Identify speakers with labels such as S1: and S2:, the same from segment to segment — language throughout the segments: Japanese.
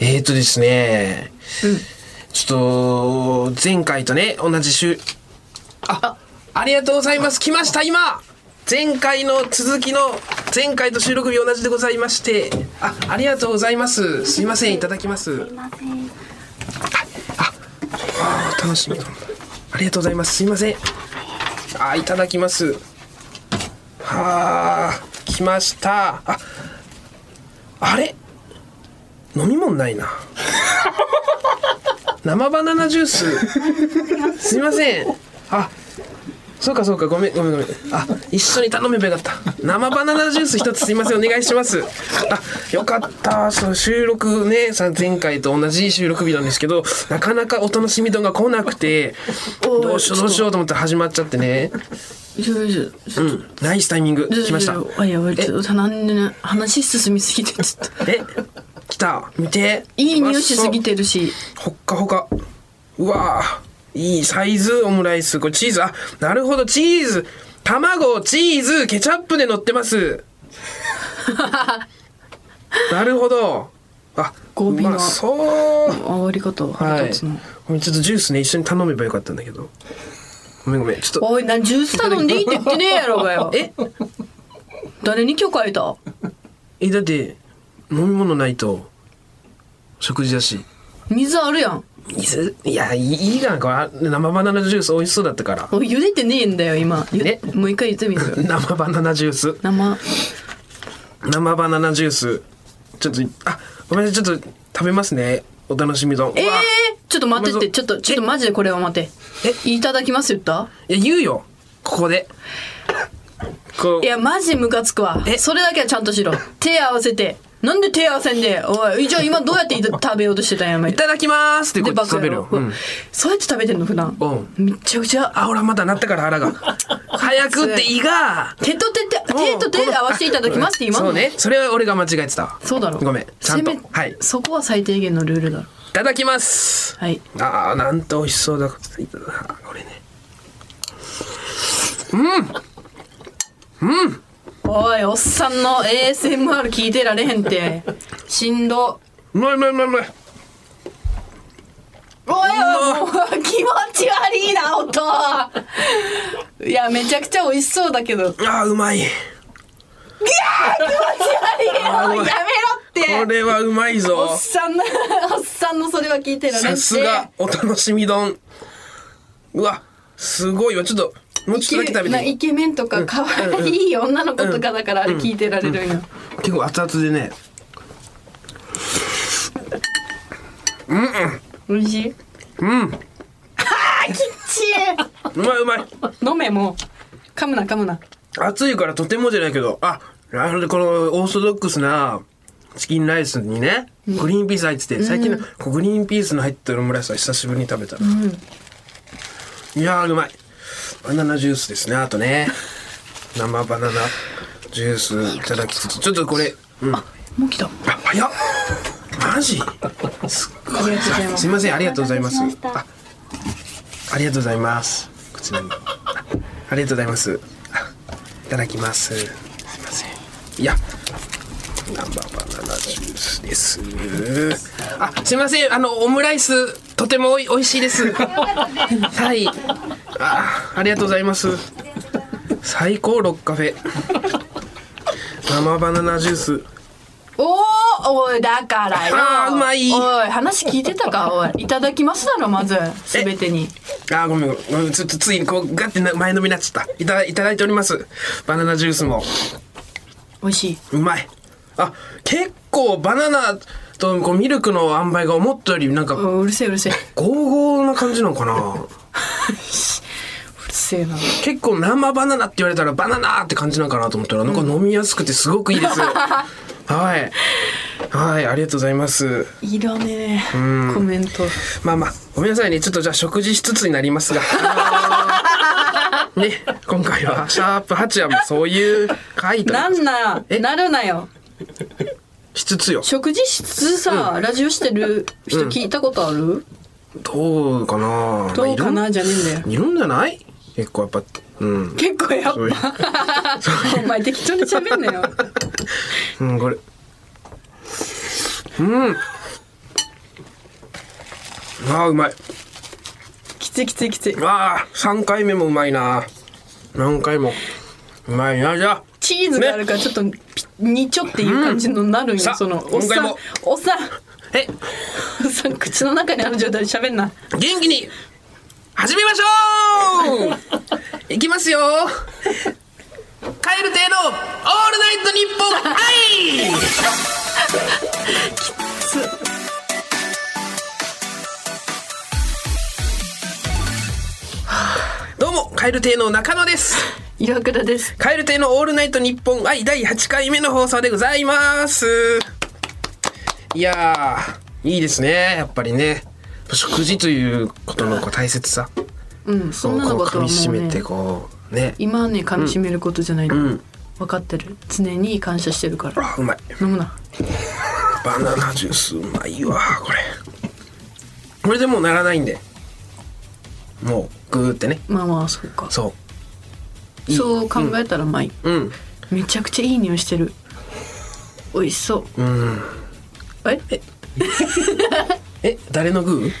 S1: えー、とですね、
S2: うん
S1: ちょっと、前回とね、同じ週、あ、ありがとうございます。来ました、今前回の続きの、前回と収録日同じでございまして、あ、ありがとうございます。すいません、いただきます。はい
S3: すいません。
S1: あ、あー楽しみだ。ありがとうございます。すいません。あ、いただきます。はあ、来ました。あ、あれ飲み物 ないな。生バナナジュース。すいません。あ、そうかそうか、ごめんごめんごめん。あ、一緒に頼めばよかった。生バナナジュース一つすいません、お願いします。あ、よかった。そう、収録ね、さ前回と同じ収録日なんですけど、なかなかお楽しみ度が来なくて、
S2: おい
S1: どうしようどうしようと思って始まっちゃってね。
S2: いやいやち
S1: う
S2: ょっ
S1: ん、ナイスタイミング
S2: と
S1: 来ました。
S2: あ、やばい、ちょっとなんでね話進みすぎて、ち ょっと。
S1: え、来た。見て。
S2: いい匂いしすぎてるし。
S1: ほっかほか。うわあ、いいサイズオムライス。これチーズ。あ、なるほど、チーズ。卵、チーズ、ケチャップで乗って ます。なるほど。あ、
S2: 語尾の
S1: うまそう。
S2: 終わり方は
S1: はい
S2: 二つの。。
S1: ごめん、ちょっとジュースね、一緒に頼めばよかったんだけど。ごめんごめん、ちょっと。
S2: おい、なん、ジュース頼んでいいって言 ってねえやろがよ。
S1: え、
S2: 誰に許可得た
S1: え、だって、飲み物ないと、食事だし。
S2: 水あるやん。
S1: 水いや、いいいいがな、これあ生バナナジュース美味しそうだったから。
S2: おい、茹でてねえんだよ、今。ゆ
S1: え
S2: もう一回言ってみる。
S1: 生バナナジュース。
S2: 生。
S1: 生バナナジュースちょっとあごめんなさいちょっと食べますねお楽しみ丼
S2: ええ
S1: うわ
S2: ちょっと待ってって、
S1: ごめんなさい
S2: ちょっと、ちょっとマジでこれは待って。いただきます言った
S1: いや言うよここでこう
S2: いや、マジムカつくわ。
S1: え
S2: それだけはちゃんとしろ。手合わせて。なんで手合わせんでおい、じゃあ今どうやっていた食べようとしてたんや、お前
S1: いただきますってこ
S2: で、
S1: うや
S2: バ
S1: って
S2: カ
S1: 食べ
S2: や
S1: る
S2: ろ
S1: よ、、うん、
S2: そうやって食べてんの、普段。
S1: う
S2: めちゃくちゃ、
S1: あほらまだなったから腹 が早くって胃が
S2: 手と手って、手と手で合わせていただきますって今の
S1: そうねそれは俺が間違えてたわ
S2: そうだろ
S1: ごめんちゃんと
S2: せめ
S1: はいい
S2: そこは最低限のルールだろ
S1: ただきます
S2: はい
S1: あーなんと美味しそうだいただあこれね
S2: おいおっさんの ASMR 聞いてられへんって しんど
S1: うまいうまいうまいうまい
S2: おいおいもう気持ち悪いな音いやめちゃくちゃ美味しそうだけど気持ち
S1: あーうまい
S2: 悪いよやめろ
S1: こ
S2: って
S1: れはうまいぞ
S2: おっさんのおっさんのそれは聞いてられんっ
S1: さ
S2: て
S1: すがお楽しみ丼うわすごいわちょっともう
S2: イ
S1: ちょっとだけ
S2: ケ
S1: 食
S2: まあ
S1: べてい
S2: イ
S1: い
S2: ケメンとか可愛い女の子とかだからあれ聞いてられるんよ
S1: 結構熱々でね
S2: 美味しい
S1: うんう
S2: ち
S1: まいうまい
S2: え飲めもう噛むな噛むな
S1: 熱いからとてもじゃないけどあなるほどこのオーソドックスなチキンライスにねグリーンピース入ってて最近のこうグリーンピースの入ってるオムライスは久しぶりに食べた、いやーうまいバナナジュースですねあとね生バナナジュースいただきつつちょっとこれうん
S2: もう来た
S1: あ、早っマジすっごいすいませんありがとうございます
S3: お待たせしま
S1: あありがとうございますこちらにあありがとうございますあいただきますすいませんいや生バナナジュースですあすいませんあのオムライスとてもおい美味しいですはいあありがとうございます最高ロッカフェ生バナナジュース
S2: おーおいだからよ
S1: あーうまい
S2: おい話聞いて たかおいいただきますだろまずすべてに
S1: あーごめんごめんちょっとついにこうガッてな前のめになっちゃったいただいただいておりますバナナジュースも
S2: 美味しいう
S1: まいあ結構バナナとこうミルクの塩梅が思ったよりなんか
S2: おうるせえうるせえう
S1: ゴーゴーな感じなのかな
S2: るせえな
S1: 結構生バナナって言われたらバナナって感じなのかなと思ったらなんか飲みやすくてすごくいいです はいはいありがとうございます
S2: いらねえコメント
S1: まあまあ、ごめんなさいね。ちょっとじゃあ食事しつつになり ますが。あのーね、今回は、シャープ8はもうそういう回と
S2: なんな
S1: え
S2: なるなよ
S1: しつつよ。
S2: 食事室さ、ラジオしてる人聞いたことある、
S1: どうかな
S2: どうか
S1: まあ
S2: ないじゃねえんだよ
S1: るんいるんじゃない結構やっぱ、うん。
S2: 結構やっ
S1: そういう
S2: ぱお前適当に喋んなよ
S1: うん、これ。うん。あーうまい
S2: きついきついきつい
S1: あー3回目もうまいな何回もうまいなじゃあ
S2: チーズがあるからちょっとピにちょっていう感じのなるんよ、
S1: さ
S2: そのおっさ
S1: 今回
S2: ん
S1: も
S2: おっさん
S1: え
S2: おっさん口の中にある状態で喋んな
S1: 元気に始めましょういきますよカエル亭のオールナイトニッポン愛どうもカエル亭の中野です
S2: 岩倉です
S1: カエル亭のオールナイトニッポン愛第8回目の放送でございますいやーいいですねやっぱりね食事ということのこう大切さ
S2: うんそんなの
S1: こう
S2: こと
S1: 噛
S2: は
S1: み
S2: も
S1: し
S2: う
S1: め
S2: ね
S1: てこうね
S2: 今はね噛み締めることじゃないの、
S1: うん
S2: 分かってる常に感謝してるから
S1: あうまい
S2: 飲むな
S1: バナナジュースうまいわこれこれでもうならないんでもうグーってね
S2: まあまあそうか
S1: そ
S2: そう考えたらまあいい、
S1: ううん
S2: めちゃくちゃいい匂いしてる美味しそう
S1: ーん
S2: うえ
S1: え誰のグー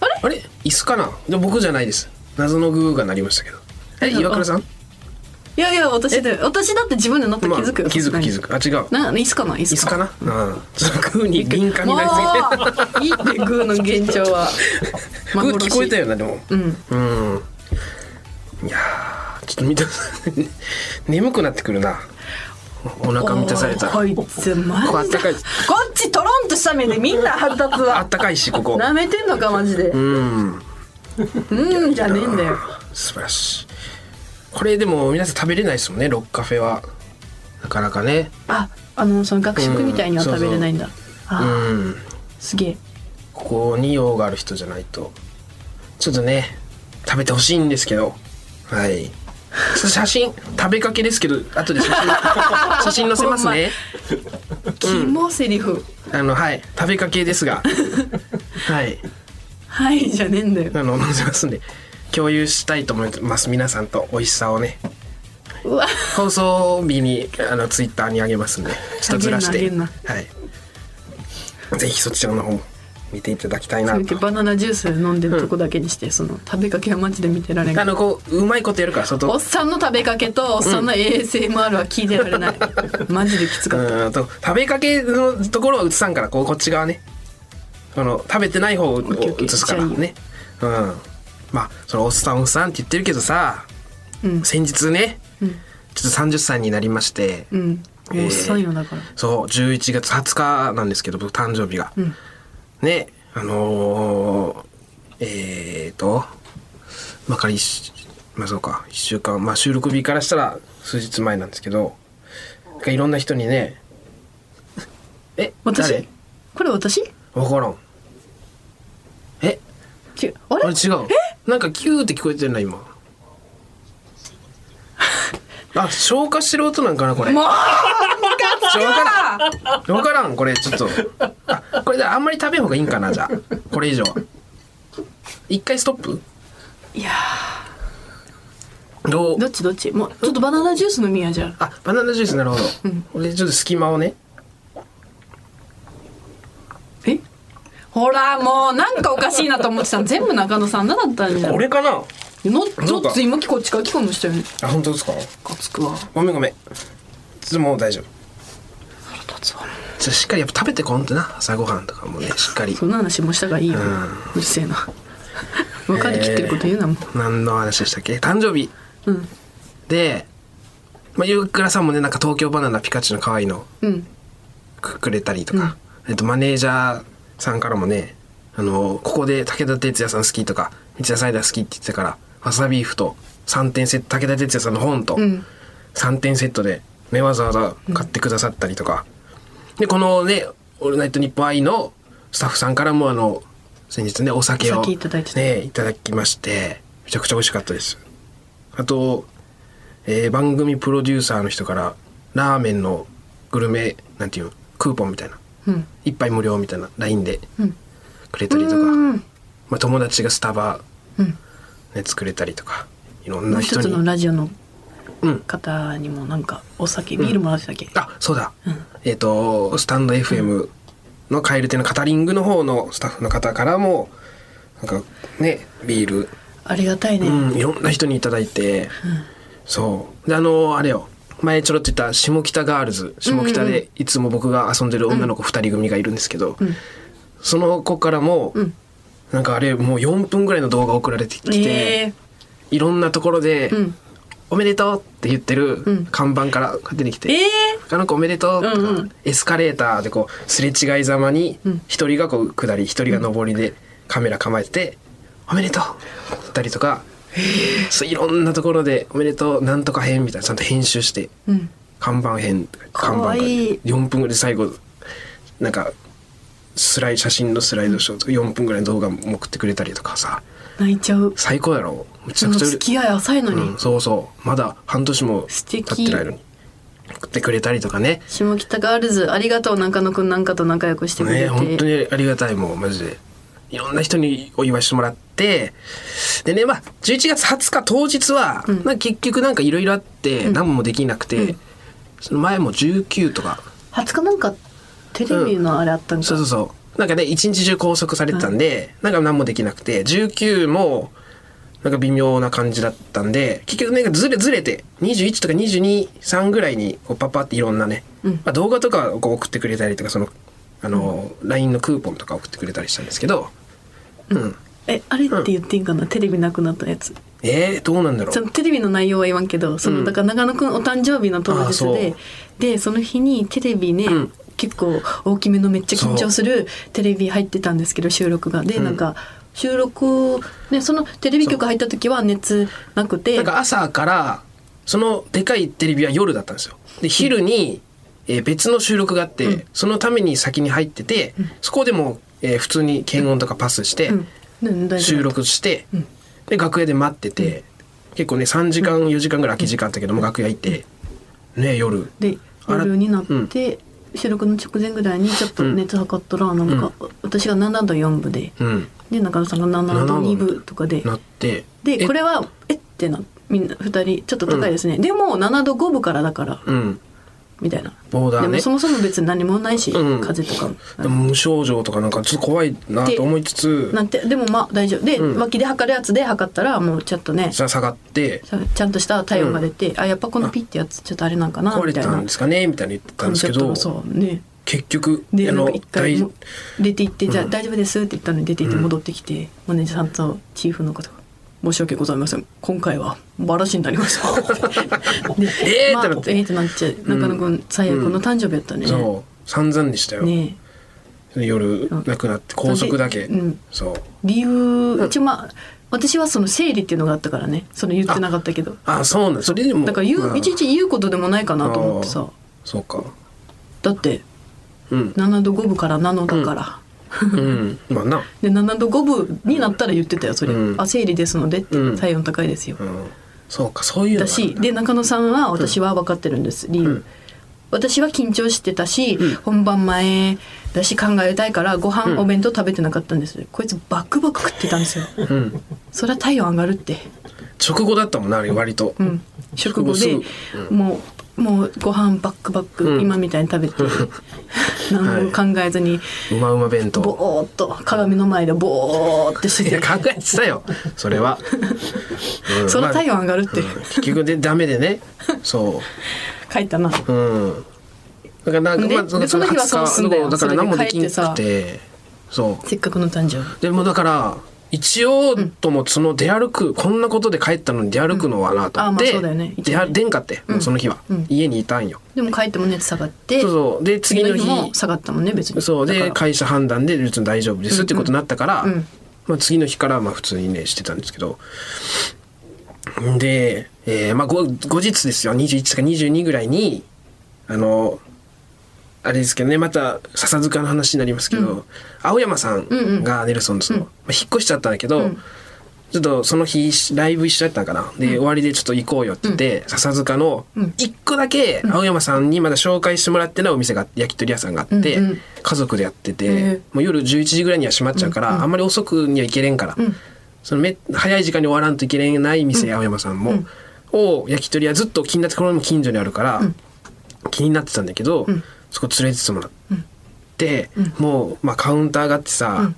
S2: あれ
S1: あれ椅子かなで僕じゃないです謎のグーが鳴りましたけどえ岩倉さん
S2: いやいや私で私だって自分でなったら気づくよ、
S1: 気づく気づ
S2: く
S1: くあ違う
S2: な椅子かな椅
S1: 椅
S2: 子
S1: 子
S2: か
S1: かなうんちょっとグーに 敏感になりす
S2: もういいってグーの現状は
S1: ぎてグー 聞こえたよなでも
S2: うん
S1: うんいやーちょっと見た 眠くなってくるなお腹満たされた
S2: おいこいつマジ
S1: こうあっ
S2: で
S1: たかい
S2: こっちトロンとした目でみんな腹立つ
S1: あ
S2: わ
S1: ったかいしここ
S2: なめてんのかマジで
S1: うん
S2: うんじゃねえんだよ
S1: 素晴らしいこれでも皆さん食べれないですもんねロッカフェはなかなかね
S2: ああのその学食みたいには食べれないんだ、あ
S1: う
S2: ー
S1: ん
S2: すげえ
S1: ここに用がある人じゃないとちょっとね食べてほしいんですけどはいちょっと写真食べかけですけど後で写 真写真載せますね
S2: キモセリフ、
S1: あのはい食べかけです がはい
S2: はいじゃねえんだよ
S1: あの載せますんで共有したいと思います皆さんと美味しさをね
S2: うわ
S1: 放送日にあのツイッターにあげますんでちょっとずらして
S2: あげんな
S1: はいぜひそちらの方も見ていただきたいな
S2: そ
S1: と
S2: うやってバナナジュース飲んでるとこだけにして、その食べかけはマジで見てられん
S1: あのこううまいことやるから
S2: おっ
S1: 外
S2: さんの食べかけとおっさんの ASMR は聞いてら れない、マジできつ
S1: う
S2: かった、
S1: んあと食べかけのところは映さんからこうこっち側ねこの食べてない方を
S2: ッケーオッケー
S1: 映すからねうんまあそのおっさんおっさんって言ってるけどさ、
S2: うん
S1: 先日ね
S2: うん
S1: ちょっと30歳になりまして、
S2: うん
S1: えー
S2: おっさんよだから、
S1: そう11月20日なんですけど僕誕生日が、
S2: ん
S1: ねあのーえっ、とまあ仮にしまあそうか1週間まあ収録日からしたら数日前なんですけどなんかいろんな人にね「え
S2: 私
S1: 誰
S2: これ私
S1: 分からん」え
S2: 違うあ
S1: あれ
S2: れ
S1: 違うなんかキューって聞こえてるな 今あ消化してる音なんかなこれ
S2: もう
S1: ちょわからん分からんこれちょっとあこれであんまり食べん方がいいんかなじゃあこれ以上は一回ストップ
S2: いや
S1: どう
S2: ーどっちどっちもうちょっとバナナジュース飲みやじゃあ
S1: あバナナジュースなるほど、これちょっと隙間をね
S2: えほらもうなんかおかしいなと思ってたの全部中野さんなだったんじゃん
S1: 俺かな
S2: の
S1: か
S2: どっつ今こっちから聞こえましたよね
S1: あ本当ですか
S2: かつくわ
S1: ごめんごめんちょっともう大丈夫
S2: 腹立つわ
S1: ちょっとしっかりやっぱ食べてこんってな朝ごはんとかもねしっかり
S2: そんな話もしたがいいよ、うる せえな分かりきってること言うなもん、
S1: 何の話でしたっけ誕生日
S2: うん
S1: で、まあ、ゆうくらさんもねなんか東京バナナピカチュウの可愛いの
S2: うん
S1: くくれたりとか、えっと、マネージャーさんからもねあのここで武田鉄矢さん好きとか三ツ矢サイダー好きって言ってたからわさビーフと3点セット武田鉄矢さんの本と
S2: ん
S1: 3点セットで、ね、わざわざ買ってくださったりとか、でこのね「オールナイトニッポン愛」のスタッフさんからもあの先日ねお酒を
S2: お酒いただいてた
S1: ねいただきましてめちゃくちゃ美味しかったですあと、えー番組プロデューサーの人からラーメンのグルメなんていうのクーポンみたいな
S2: うん
S1: 一杯無料みたいな LINE で
S2: うん
S1: くれたりとか、
S2: うん
S1: まあ、友達がスタバ、
S2: うん
S1: ね、作れたりとかいろん
S2: も
S1: な
S2: う
S1: 人
S2: 一つ
S1: に
S2: のラジオの
S1: うん
S2: 方にもなんかお酒ビールもらってたっけ、
S1: あそうだ、えっ、とスタンド FM の蛙亭のカタリングの方のスタッフの方からもなんかねビール
S2: ありがたいね、
S1: うん、いろんな人にいただいて、そうであのあれよ前ちょろっと言った下北ガールズ下北でいつも僕が遊んでる女の子2人組がいるんですけど、その子からも、なんかあれもう4分ぐらいの動画送られてきて、
S2: え
S1: いろんなところで、
S2: ん
S1: おめでとう」って言ってる
S2: ん
S1: 看板から出てきて
S2: ー、え
S1: あの子おめでとうとか、
S2: うんう
S1: エスカレーターでこうすれ違いざまに一人がこう下り一人が上りでカメラ構えてて「おめでとう」って言ったりとか、そういろんなところで「おめでとうなんとか編」みたいなちゃんと編集して
S2: ーうん、
S1: 看板編看
S2: か
S1: 板
S2: わ
S1: が
S2: いい
S1: 4分ぐらいで最後なんかスライ写真のスライドショーとか4分ぐらいの動画も送ってくれたりとかさ
S2: 泣いちゃう
S1: 最高やろめち
S2: そ
S1: ゃ
S2: の
S1: くちゃ
S2: 付き合い浅いのに、
S1: うん、そうそうまだ半年も
S2: 素
S1: 経っ
S2: 敵
S1: てないのに送ってくれたりとかね
S2: 下北ガールズありがとう中野くんなんかと仲良くしてく
S1: ね
S2: れて、
S1: 本当にありがたいもうマジでいろんな人にお祝いしてもらってでねまあ11月20日当日は、なんか結局なんかいろいろあって、何もできなくて、その前も19とか
S2: 20日なんかテレビのあれあったんか、
S1: そうそうそうなんかね一日中拘束されてたんで、なんか何もできなくて19もなんか微妙な感じだったんで結局ねずれずれて21とか223ぐらいにこうパパっていろんなね、まあ、動画とかをこう送ってくれたりとかそのあの、LINE のクーポンとか送ってくれたりしたんですけど、うん、
S2: えあれって言っていいんかな、テレビなくなったやつ
S1: えー、どうなんだろ
S2: そうのテレビの内容は言わんけどその、だから長野くんお誕生日の当
S1: あー
S2: 日
S1: そう
S2: ででその日にテレビね、
S1: ん
S2: 結構大きめのめっちゃ緊張するテレビ入ってたんですけど収録がで、なんか収録ねそのテレビ局入った時は熱なくて
S1: なんか朝からそのでかいテレビは夜だったんですよで昼に、えー別の収録があって、そのために先に入ってて、そこでも、えー普通に検温とかパスして、
S2: うんね大丈夫
S1: 収録して、で楽屋で待ってて、結構ね3時間4時間ぐらい空き時間あったけども楽屋行ってね夜
S2: で
S1: あら
S2: 夜になって、収録の直前ぐらいにちょっと熱測ったら、なんか、私が7度4分で、
S1: うん
S2: で中野さんが7度2分とかで
S1: なって
S2: で
S1: え
S2: これはえってなみんな2人ちょっと高いですね、でも7度5分からだから
S1: うん
S2: みたいな、
S1: ボーダ
S2: で
S1: ー
S2: も
S1: ね
S2: そもそも別に何もないし、
S1: うん
S2: 風邪とかも
S1: でも無症状とかなんかちょっと怖いなと思いつつ
S2: なんてでもまあ大丈夫で、
S1: うん
S2: 脇で測るやつで測ったらもうちょっとね
S1: さ下がって
S2: さちゃんとした体温が出て、あやっぱこのピッてやつちょっとあれなんかな
S1: 壊れて
S2: みたい
S1: た
S2: なん
S1: ですかねみたいな言ってたんですけ
S2: ちょ
S1: ど
S2: っとそうね
S1: 結局
S2: で
S1: あ
S2: なん
S1: の
S2: か一回
S1: 大
S2: も出て行って「じゃあ大丈夫です」って言ったのに出て行って戻ってきて、マネージャーさんとチーフの方が「申し訳ございません今回はバラシになりました」 で
S1: えーってなって
S2: えーってなっちゃう中野君最悪の誕生日やったね、
S1: そう散々でしたよ、
S2: ね
S1: 夜
S2: ん
S1: なくなって高速だけ、
S2: でうん
S1: そう
S2: 理由一応まあ私はその生理っていうのがあったからねその言ってなかったけど
S1: あそうなんそれでも
S2: だから言う、
S1: まあ
S2: いちいち言うことでもないかなと思って
S1: あ
S2: さ
S1: そうか
S2: だって
S1: うん
S2: 7度5分から7度だから、
S1: うん まあな
S2: で7度5分になったら言ってたよそれ「
S1: うん
S2: あ生理ですので」って、
S1: うん
S2: 体温高いですよ、
S1: うんそうかそういうの
S2: だ
S1: がある
S2: しで中野さんは私は分かってるんです理由、
S1: うん
S2: 私は緊張してたし、
S1: うん
S2: 本番前だし考えたいからご飯、
S1: うん
S2: お弁当食べてなかったんですこいつバクバク食ってたん ですよ
S1: うん、
S2: そりゃ体温上がるって
S1: 直後だったもんなあれ割と、
S2: うん食後
S1: す
S2: で
S1: ぐ
S2: もうもうご飯バックバック、
S1: うん
S2: 今みたいに 食べて何も考えずに、
S1: うまうま弁当
S2: ぼーっと鏡の前でぼーってし
S1: いや
S2: てて
S1: 考えてたよそれ は、うん
S2: そりゃ体温上がるっ
S1: まあ
S2: て
S1: うん結局でダメでねそ
S2: 書いたな、
S1: ううんだからなんか、
S2: で
S1: まあ、
S2: でその日はそうすんだよ
S1: だから何もできな
S2: そ
S1: く
S2: れ
S1: てそう
S2: せっかくの誕生日
S1: でもだから一応ともその出歩く、こんなことで帰ったのに出歩くのはなと思っ
S2: うんあまあ
S1: て、
S2: そうだよね一応
S1: 出
S2: ね
S1: 歩出んかって、もうその日は、家にいたんよ
S2: でも帰っても熱下がって
S1: そうそうで次の日
S2: も下がったもんね別に
S1: そう
S2: だ
S1: で
S2: から
S1: 会社判断で別に大丈夫ですってことになったから、
S2: うんうん
S1: まあ、次の日からまあ普通にねしてたんですけどで、えーまあ、後後日ですよ21か22ぐらいにあのあれですけどねまた笹塚の話になりますけど、青山さんがネルソンズの、まあ、引っ越しちゃったんだけど、
S2: ん
S1: ちょっとその日ライブ一緒だったのかなで、終わりでちょっと行こうよって言って、笹塚の一個だけ青山さんにまだ紹介してもらってないお店があって焼き鳥屋さんがあって、
S2: うんうん
S1: 家族でやってて、
S2: へえ
S1: もう夜11時ぐらいには閉まっちゃうから、あんまり遅くには行けれんから、そのめ早い時間に終わらんといけれない店、青山さんも、を焼き鳥屋ずっと気になってこれも近所にあるから、気になってたんだけど、そこ連れてってもらって、もう、まあ、カウンターがあってさ、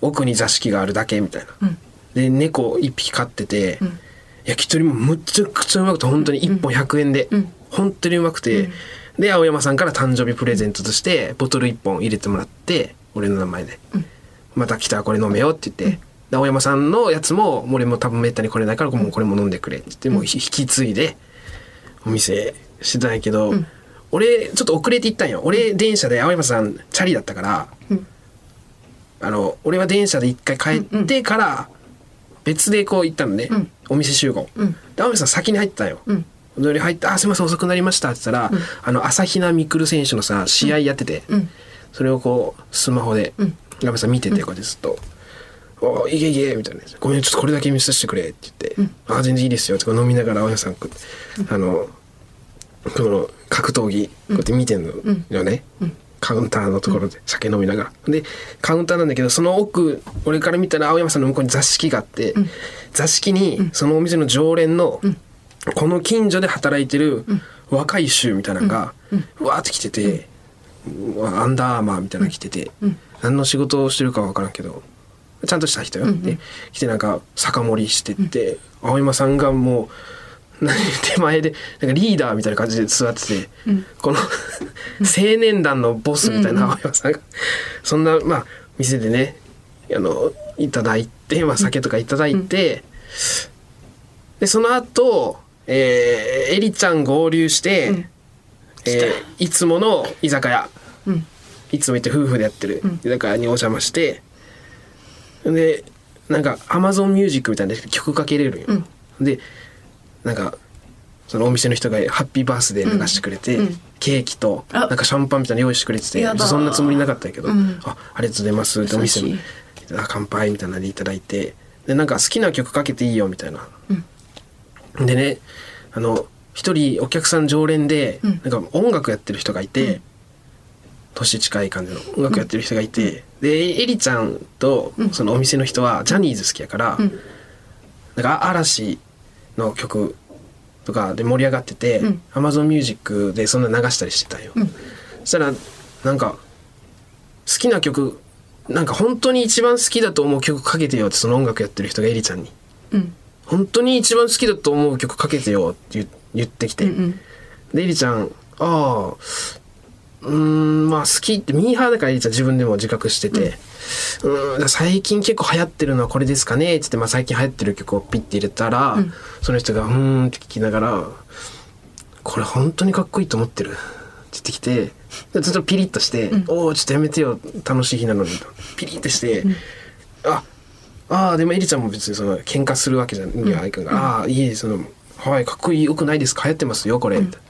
S1: 奥に座敷があるだけみたいな、
S2: うん
S1: で猫一匹飼ってて、
S2: うん
S1: 焼き鳥もむちゃくちゃうまくて本当に1本100円で、
S2: うん
S1: 本当にうまくて、
S2: うん
S1: で青山さんから誕生日プレゼントとしてボトル1本入れてもらって俺の名前で、
S2: うん
S1: また来たらこれ飲めよって言って、で青山さんのやつも俺も多分めったに来れないからもうこれも飲んでくれって言ってもうひ引き継いでお店してたんやけど、
S2: うん
S1: 俺ちょっと遅れて行ったんよ俺電車で青山さんチャリだったから。
S2: うん
S1: あの俺は電車で一回帰ってから別でこう行ったのね、
S2: うん
S1: お店集合、
S2: うん
S1: で青山さん先に入ってたんよ、
S2: うん
S1: で入って「あすいません遅くなりました」って言ったら、あの朝比奈未来選手のさ試合やってて、
S2: うん
S1: それをこうスマホで
S2: うん
S1: 青山さん見ててこうやってずっと「おいけいけ」みたいな「ごめんちょっとこれだけ見させてくれ」って言って「あ全然いいですよ」ってこう飲みながら青山さんこうやってあのこの格闘技こうやって見てんのよね、カウンターのところで酒飲みながら、でカウンターなんだけどその奥俺から見たら青山さんの向こうに座敷があって、座敷にそのお店の常連の、この近所で働いてる若い衆みたいなのが、わーって来てて、アンダーアーマーみたいなの着てて、何の仕事をしてるかわからんけどちゃんとした人よ、で来てなんか酒盛りしてって、青山さんがもう何手前でなんかリーダーみたいな感じで座ってて、この青年団のボスみたいな青山さんが、そんなまあ店でねあのいただいて、まあ、酒とかいただいて、でその後えー、エリちゃん合流して、
S2: うん
S1: えーいつもの居酒屋
S2: うん
S1: いつも行って夫婦でやってる居酒屋にお邪魔して、でなんか Amazon ミュージックみたいな曲かけれるんよ、でなんかそのお店の人が「ハッピーバースデー」流してくれて、
S2: うんうん
S1: ケーキと
S2: あ
S1: なんかシャンパンみたいなの用意してくれてて
S2: やだー
S1: そんなつもりなかったんやけど「
S2: うん
S1: あありがとうございます」ってお店
S2: 優
S1: に
S2: し
S1: 「あ乾杯」みたいなのでいただいてでなんか好きな曲かけていいよみたいなでねあの一人お客さん常連で、
S2: うん
S1: なんか音楽やってる人がいて、年近い感じの音楽やってる人がいて、でエリちゃんと
S2: うん
S1: そのお店の人はジャニーズ好きやから、
S2: うん
S1: なんか嵐の曲とかで盛り上がってて、
S2: うん
S1: Amazon ミュージックでそんな流したりしてたんよ、
S2: うん
S1: そしたらなんか好きな曲なんか本当に一番好きだと思う曲かけてよってその音楽やってる人がエリちゃんに
S2: うん
S1: 本当に一番好きだと思う曲かけてよって言言ってきて、
S2: うん
S1: でエリちゃんああうーんまあ好きってミーハーだからエリちゃん自分でも自覚してて、うーん、最近結構流行ってるのはこれですかねって言って、まあ、最近流行ってる曲をピッて入れたら、
S2: ん
S1: その人が「うーん」って聞きながら「これ本当にかっこいいと思ってる」って言ってきてでちょっとピリッとして「おおちょっとやめてよ楽しい日なのに」ピリッとして「あああでもエリちゃんも別にその喧嘩するわけじゃないや、ん、からああいいえそのはいかっこいいよくないですか流行ってますよこれ」みたいな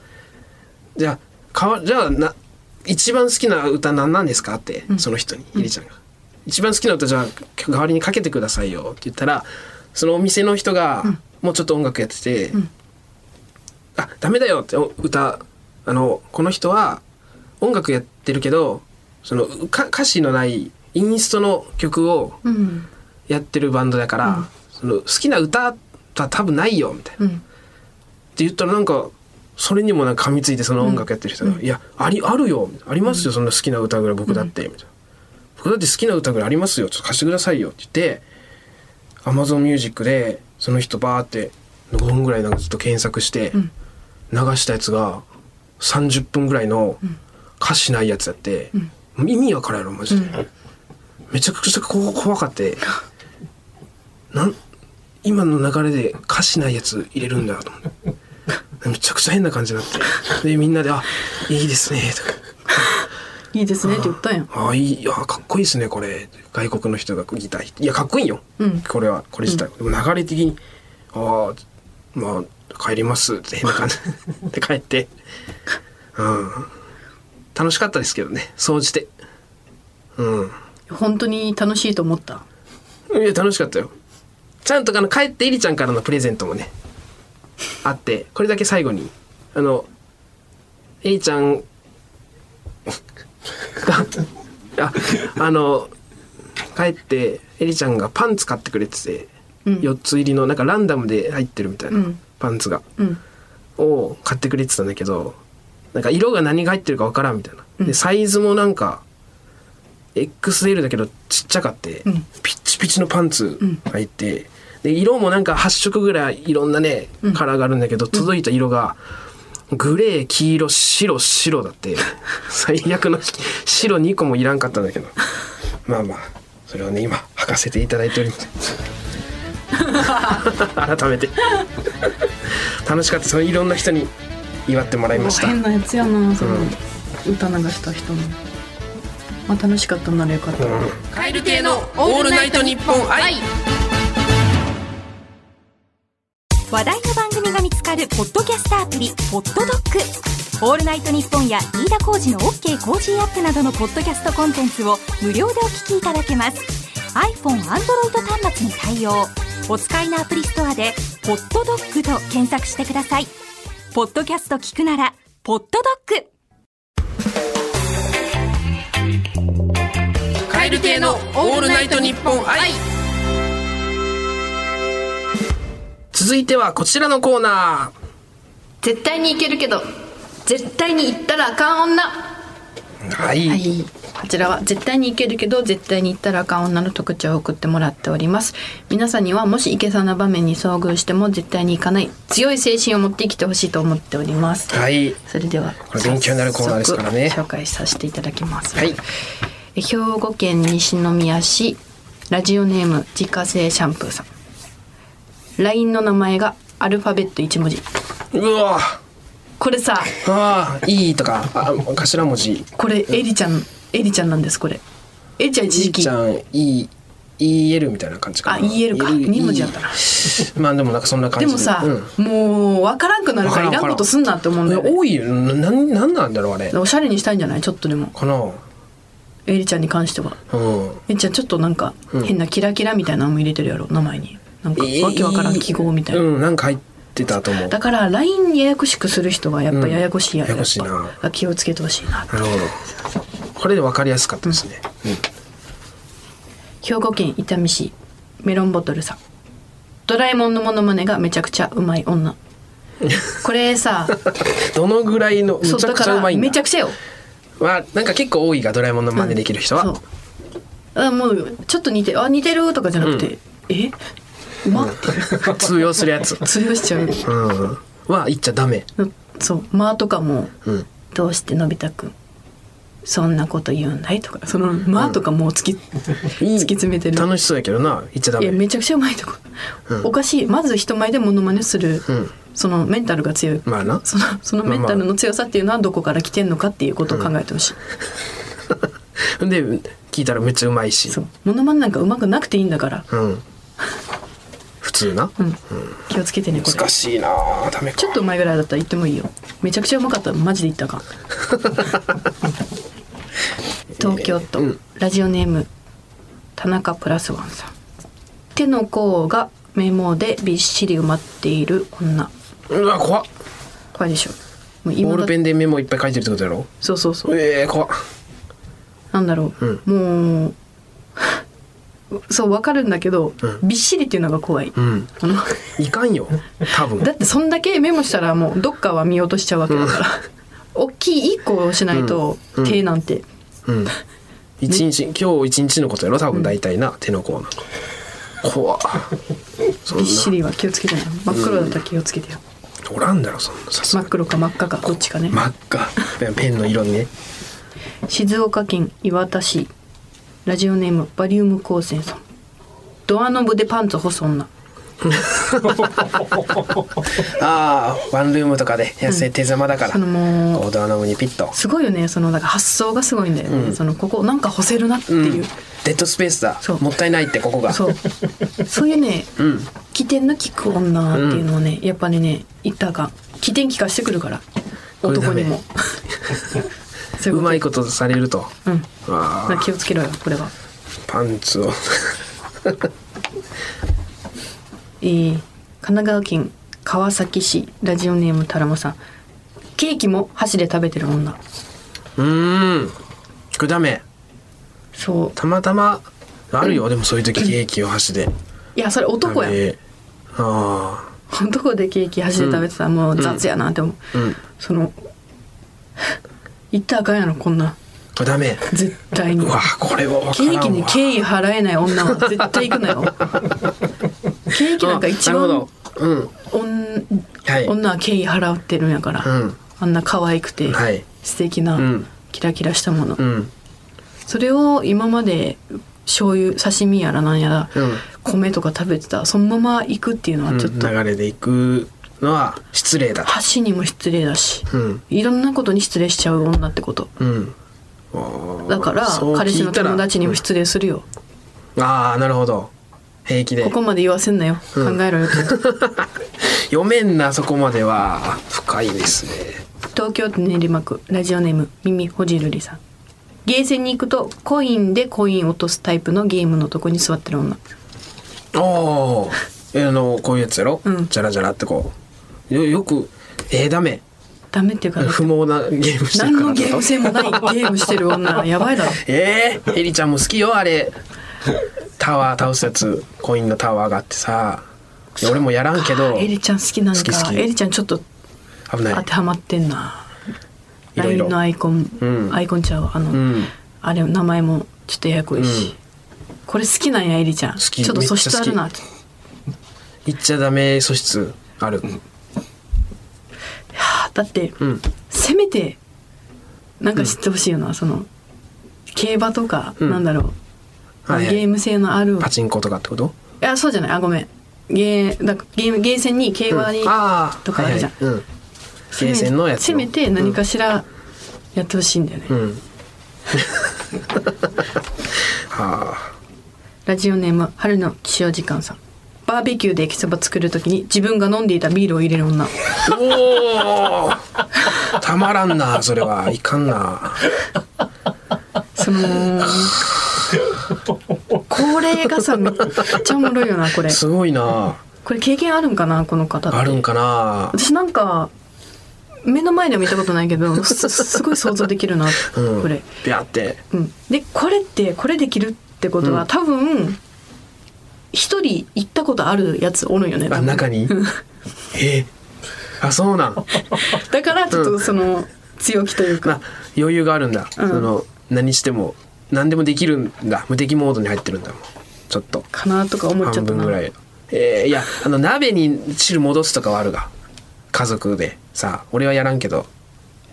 S1: じゃあかわじゃあな一番好きな歌何なんですかって、その人にゆりちゃんが、一番好きな歌じゃあ代わりにかけてくださいよって言ったらそのお店の人が、もうちょっと音楽やってて「あダメだよ」ってお歌あのこの人は音楽やってるけどそのか歌詞のないインストの曲を
S2: うん
S1: やってるバンドだから、その好きな歌は多分ないよみたいな。
S2: うん
S1: って言ったらなんかそれにもなんか噛みついてその音楽やってる人が「いやありあるよありますよそんな好きな歌ぐらい僕だって」みたいな「僕だって好きな歌ぐらいありますよちょっと貸してくださいよ」って言って Amazon ミュージックでその人バーって5分ぐらいなんかずっと検索して流したやつが30分ぐらいの歌詞ないやつやって、意味わからんやろマジで、めちゃくちゃこう怖かってなん今の流れで歌詞ないやつ入れるんだと思って。めちゃくちゃ変な感じになってでみんなで「あいいですね」とか
S2: いいですねって言ったんや
S1: 「あいいあかっこいいですねこれ」外国の人がギター弾いていやかっこいいよ、
S2: うん
S1: これはこれ自体、でも流れ的に「ああまあ帰ります」って変な 感じで帰ってうん楽しかったですけどね総じてうん
S2: 本当に楽しいと思った
S1: いや楽しかったよちゃんとあの帰ってエリちゃんからのプレゼントもねあってこれだけ最後にあのエリちゃんがああの帰ってエリちゃんがパンツ買ってくれてて、
S2: うん
S1: 4つ入りのなんかランダムで入ってるみたいな、
S2: うん
S1: パンツが
S2: うん
S1: を買ってくれてたんだけどなんか色が何が入ってるかわからんみたいな、でサイズもなんか XL だけどちっちゃかって、
S4: うん
S1: ピッチピチのパンツ履いて、で色もなんか8色ぐらいいろんなね、
S4: うん
S1: カラーがあるんだけど届いた色がグレー黄色白白だって 最悪の白2個もいらんかったんだけどまあまあそれをね今履かせていただいてお ります改めて楽しかったそれいろんな人に祝ってもらいました
S4: 変なやつやなその、
S1: うん
S4: 歌流した人のまあ楽しかったならよかった、
S1: うん
S3: カエル亭のオールナイトニッポン愛
S5: 話題の番組が見つかるポッドキャストアプリ「ポッドドッグ」「オールナイトニッポン」や飯田浩二の OK コージーアップなどのポッドキャストコンテンツを無料でお聞きいただけます iPhone、Android 端末に対応お使いのアプリストアで「ポッドドッグ」と検索してくださいポッドキャスト聞くなら「ポッドドッグ」
S3: カエル亭のオールナイトニッポン愛
S1: 続いてはこちらのコーナ
S2: 絶対に行けるけど絶対に行ったらあかん女
S1: ーはい、
S2: はいこちらは絶対に行けるけど絶対に行ったらあかん女の特徴を送ってもらっております皆さんにはもし行けそうな場面に遭遇しても絶対に行かない強い精神を持って生きてほしいと思っております
S1: はい
S2: それでは
S1: これ勉強になるコーナーですからね
S2: 早速紹介させていただきます、
S1: はい
S2: え兵庫県西宮市ラジオネーム自家製シャンプーさん LINE の名前がアルファベット1文字
S1: うわ
S2: これさ
S1: あーいいとかあ頭文字
S4: これエリちゃんエリちゃんなんですこれエリちゃん一
S1: じ
S4: 時
S1: いち
S4: 期
S1: ゃん E EL みたいな感じかな
S4: あ EL か二文字やったな
S1: まあでもなんかそんな感
S4: で
S1: じ
S4: もさ、
S1: うん
S4: もうわからんくなるから
S1: わ
S4: いら
S1: から
S4: ん
S1: ん
S4: ことすんなって思うんだよ、ね、
S1: 多いよななんなんなんだろうあれ
S4: おしゃれにしたいんじゃないちょっとでも
S1: この
S4: エリちゃんに関しては
S1: うん
S4: エリちゃんちょっとなんか
S1: うん
S4: 変なキラキラみたいなのも入れてるやろ名前になんかわけわからん記号みたいな、
S1: うんなんか入ってたと思う
S4: だから LINE ややこしくする人はやっぱややこしいや,、
S1: うんややこしいな
S4: っぱ気をつけてほしいな
S1: なるほどこれで分かりやすかったですね、うん
S2: 兵庫県伊丹市メロンボトルさんドラえもんのモノマネがめちゃくちゃうまい 女これさ
S1: どのぐらいのめち
S2: そう
S1: ゃ
S2: だ
S1: く
S2: か
S1: ちゃう
S2: ら
S1: まいんだ
S2: めちゃくちゃよ
S1: まあなんか結構多いがドラえもんの真似できる人は、
S4: そう
S2: あもうちょっと似てあ似てるとかじゃなくて、えうまって
S1: 通用するやつ
S2: 通用しちゃう、
S1: うんは言っちゃダメ
S2: そう「間」とかも
S1: うん
S2: 「どうしてのび太くんそんなこと言うんだい?」とかその「間」とかもう突き、突き詰めてる
S1: 楽しそうやけどな言っちゃダ
S2: いや
S1: メ
S2: めちゃくちゃうまいとこ、
S1: うん
S2: おかしいまず人前でモノマネする、
S1: うん
S2: そのメンタルが強い、
S1: まあな
S2: そのそのメンタルの強さっていうのはどこから来てんのかっていうことを考えてほしい、
S1: で聞いたらめっちゃうまいし
S2: そうモノマネなんかうまくなくていいんだから、
S1: うん普通な、
S2: うん気をつけてねこれ
S1: 難
S2: ち
S1: しいなあダメか
S2: ょっとうまいぐらいだったら言ってもいいよめちゃくちゃうまかったらマジで言っ たらあかん東京都、
S1: うん
S2: ラジオネーム田中プラスワンさん手の甲がメモでびっしり埋まっている女
S1: うわ怖っ
S2: 怖いでしょも
S1: ボ
S2: う
S1: ー
S2: だ
S1: ルペンでメモいっぱい書いてるってことやろ
S2: そうそうそう
S1: ええ怖っ
S2: なんだろう、もうそう わかるんだけど、
S1: うん
S2: びっしりっていうのが怖い、
S1: うん
S2: あの
S1: いかんよ多分
S2: だってそんだけメモしたらもうどっかは見落としちゃうわけだから、 大きい一個をしないと、
S1: うん
S2: 手なんて
S1: うん一日今日一日のことやろ多分大体な、手の甲なんか怖っそん
S2: びっし
S1: な
S2: りは気をつけてね真っ黒だったら気をつけてよ、
S1: おらんだろそんなさす
S2: 真
S1: が
S2: っ
S1: に
S2: 黒か真っ赤かどっちかね、
S1: 真っ赤ペンの色ね
S2: 静岡県磐田市ラジオネームバリウム光線さんドアノブでパンツ干す女
S1: ああワンルームとかで安い手狭だから、
S2: そのもう
S1: こうドアノブにピッと
S2: すごいよねそのだから発想がすごいんだよね、そのここなんか干せるなっていう、
S1: デッドスペースだ
S2: そう
S1: もったいないってここが
S2: そうそういうね
S1: うん
S2: 起点の効く女っていうのをね、やっぱりね言ったらあかん起点効かしてくるから
S1: これダ
S2: 男
S1: メ
S2: にもそういううこと
S1: まいことされると
S2: うん
S1: あ
S2: 気をつけろよこれは
S1: ーパンツを
S2: えー神奈川県川崎市ラジオネームたらもさんケーキも箸で食べてる女
S1: うーんこれダメ
S2: そう
S1: たまたまあるよ、でもそういう時ケーキを箸で
S2: いやそれ男
S1: 食
S2: や
S1: べあ
S2: 男でケーキ箸で食べてたらもう雑やなって思う、
S1: あうん
S2: その言ったらあかんやろこんな
S1: これダメ
S2: 絶対に
S1: うわこれは分
S2: ケ
S1: からん
S2: ー
S1: わ
S2: キに敬意払えない女は絶対行く のよケーキなんか一
S1: あなる
S2: 番
S1: ほどうん
S2: 女
S1: はい
S2: 女は敬意払ってるんやから、
S1: うん
S2: あんな可愛くて、
S1: はい
S2: 素敵な、
S1: うん
S2: キラキラしたもの、
S1: うん
S2: それを今まで醤油刺身やらなんやら、
S1: うん
S2: 米とか食べてたそのまま行くっていうの
S1: う
S2: は
S1: ん
S2: ちょっと
S1: 流れでいくのは失礼だ
S2: 箸にも失礼だし、
S1: うん
S2: いろんなことに失礼しちゃう女ってこと
S1: うんおー
S2: だから
S1: そう
S2: 彼氏
S1: 聞
S2: の
S1: いたら
S2: 友達にも失礼するよ、
S1: ああなるほど平気で
S2: ここまで言わせんなよ、
S1: うん
S2: 考えろよちょっと
S1: 読めんなそこまでは深いですね
S2: 東京都練馬区ラジオネーム耳ほじるりさんゲーセンに行くとコインでコイン落とすタイプのゲームのとこに座ってる女
S1: おーえあのこういうやつやろ、
S2: うん
S1: じゃらじゃらってこうよよくえー、ダメ
S2: ダメっていうか
S1: 不毛なゲームしてる
S2: 何
S1: から
S2: のゲーム性もないゲームしてる女やばいだろ
S1: えー、エリちゃんも好きよあれタワー倒すやつコインのタワーがあってさいや俺もやらんけど
S2: エリちゃん好きなの
S1: 好き好
S2: か
S1: き
S2: エリちゃんちょっと
S1: 危な
S2: 当
S1: い
S2: てはまってんない
S1: ろい
S2: LINE
S1: ろ
S2: のアイコン、
S1: うん
S2: アイコンちゃうわあの、
S1: うん
S2: あれ名前もちょっとややこいし、
S1: うん
S2: これ好きなんやエリちゃんち
S1: き
S2: ょっと素質あるな
S1: めっ言っちゃダメ素質ある
S2: はあだって、
S1: うん
S2: せめてなんか知ってほしいよな、その競馬とか、
S1: うん
S2: なんだろう、
S1: はいはい
S2: ゲーム性のあるい
S1: パチンコとかってこと
S2: やそうじゃないあごめんゲーだからゲームゲーセンに競馬に、
S1: あー
S2: とかあるじゃん
S1: はいはいうん
S2: せ
S1: ゲ
S2: め
S1: ーセンのやつを
S2: せめて何かしらやってほしいんだよね、
S1: うん、 うん、はあ
S2: ラジオネーム春の使用時間さんバーベキューで焼きそば作るときに自分が飲んでいたビールを入れる女
S1: おーたまらんなそれはいかんな
S2: その これがさめっちゃおもろいよなこれ
S1: すごいな
S2: これ経験あるんかなこの方って
S1: あるんかな
S2: 私なんか目の前では見たことないけ どすすごい想像できるな、
S1: うん
S2: これ、
S1: ビャーって
S2: うん、でこれってこれできるってことは、
S1: うん
S2: 多分一人行ったことあるやつおるんよね多
S1: あ
S2: 分
S1: 中に えあそうなん
S2: だからちょっとその、強気というか
S1: な余裕があるんだ、
S2: うん
S1: その何しても何でもできるんだ無敵モードに入ってるんだもんちょっと
S2: かなとか思っち
S1: 半
S2: ゃった
S1: 分
S2: な
S1: ぐらいえー、いやあの鍋に汁戻すとかはあるが家族でさ俺はやらんけど、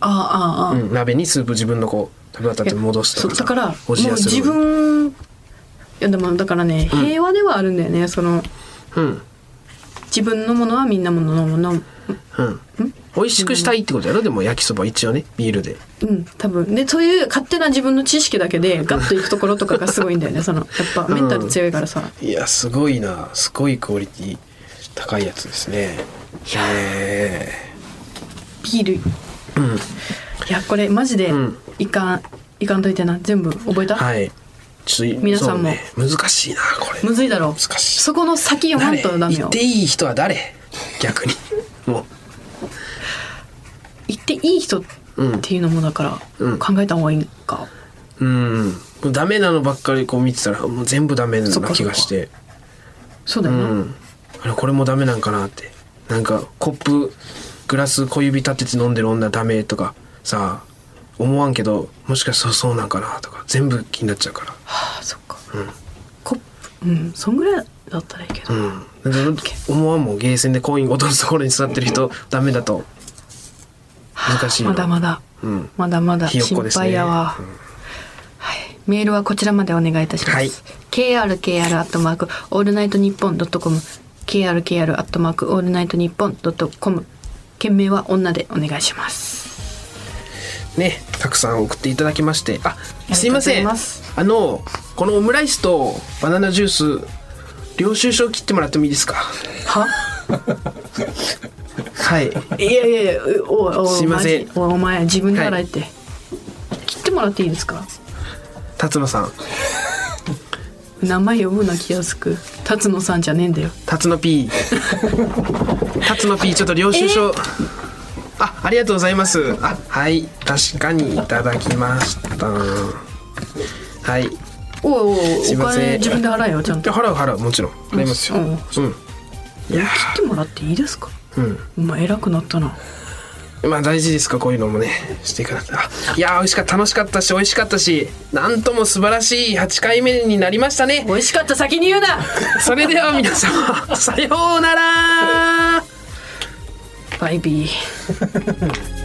S2: ああああああ、
S1: うん、鍋にスープ自分のこう食べ終わった後に戻すと
S2: そう
S1: か
S2: だからもう
S1: おじやする
S2: 自分いやでもだからね
S1: うん
S2: 平和ではあるんだよね、その
S1: うん
S2: 自分のものはみんなもののもの
S1: うん美味しくしたいってことやろでも焼きそば一応ねビールで
S2: うん多分でそういう勝手な自分の知識だけでガッといくところとかがすごいんだよねそのやっぱメンタル強いからさ、
S1: いやすごいなすごいクオリティ高いやつですねへ
S2: ビールい
S1: えうん
S2: やこれマジで
S1: うん
S2: いかん、いかんといてな全部覚えた、
S1: はいちょっと
S2: 皆さん
S1: そ
S2: も
S1: うね難しいなこれ
S2: むずいだろ
S1: 難しい
S2: そこの先読まんとダ
S1: 誰
S2: メ
S1: 言っ
S2: よ
S1: ていい人は誰逆にも
S2: 言っていい人っていうのもだから、
S1: うん
S2: 考えた方がいいんか
S1: ううんもうダメなのばっかりこう見てたらもう全部ダメな
S2: そっか
S1: 気がして
S2: そうだ
S1: う
S2: よね、
S1: んあれこれもダメなんかなってなんかコップグラス小指立てて飲んでる女ダメとかさ思わんけどもしかしたらそうなんかなとか全部気になっちゃうから
S2: あそっか、コップうんそんぐらいだったらいいけど、
S1: うん、だから思わんもんゲーセンでコイン落とすところに座ってる人ダメだと難しいよ
S2: まだまだ、
S1: うん
S2: まだまだ
S1: ひよっ
S2: 心
S1: こですね
S2: 配やわ、はい、メールはこちらまでお願いいたします、
S1: はい
S2: krkr アットマークオールナイトニッポンドットコム krkr アットマークオールナイトニッポンドットコム件名は女でお願いします
S1: ねたくさん送っていただきましてあ
S2: りがとうございます
S1: すいませんあのこのオムライスとバナナジュース領収書切ってもらってもいいですか
S2: は
S1: はい
S2: いやいやいやおおお
S1: すいません
S2: マジおお前自分で払えって、切ってもらっていいですか
S1: 辰野さん
S2: 名前呼ぶな気安く辰野さんじゃねえんだよ
S1: 辰野 P 辰野 P ちょっと領収書、あありがとうございますあはい確かにいただきましたはい
S2: おいおい
S1: すい
S2: お
S1: ません
S2: 金自分で払えよちゃ
S1: い
S2: ん
S1: や
S2: と
S1: 払う払うもちろん払いますよ、
S2: うん
S1: うんいや
S2: 切ってもらっていいですか
S1: ーうん
S2: お前偉くなったな
S1: まあ大事ですかこういうのもねしていかなくてあいやー美味しかった楽しかったし美味しかったしなんとも素晴らしい8回目になりましたね
S2: 美味しかった先に言うな
S1: それでは皆様さようなら
S2: バイビー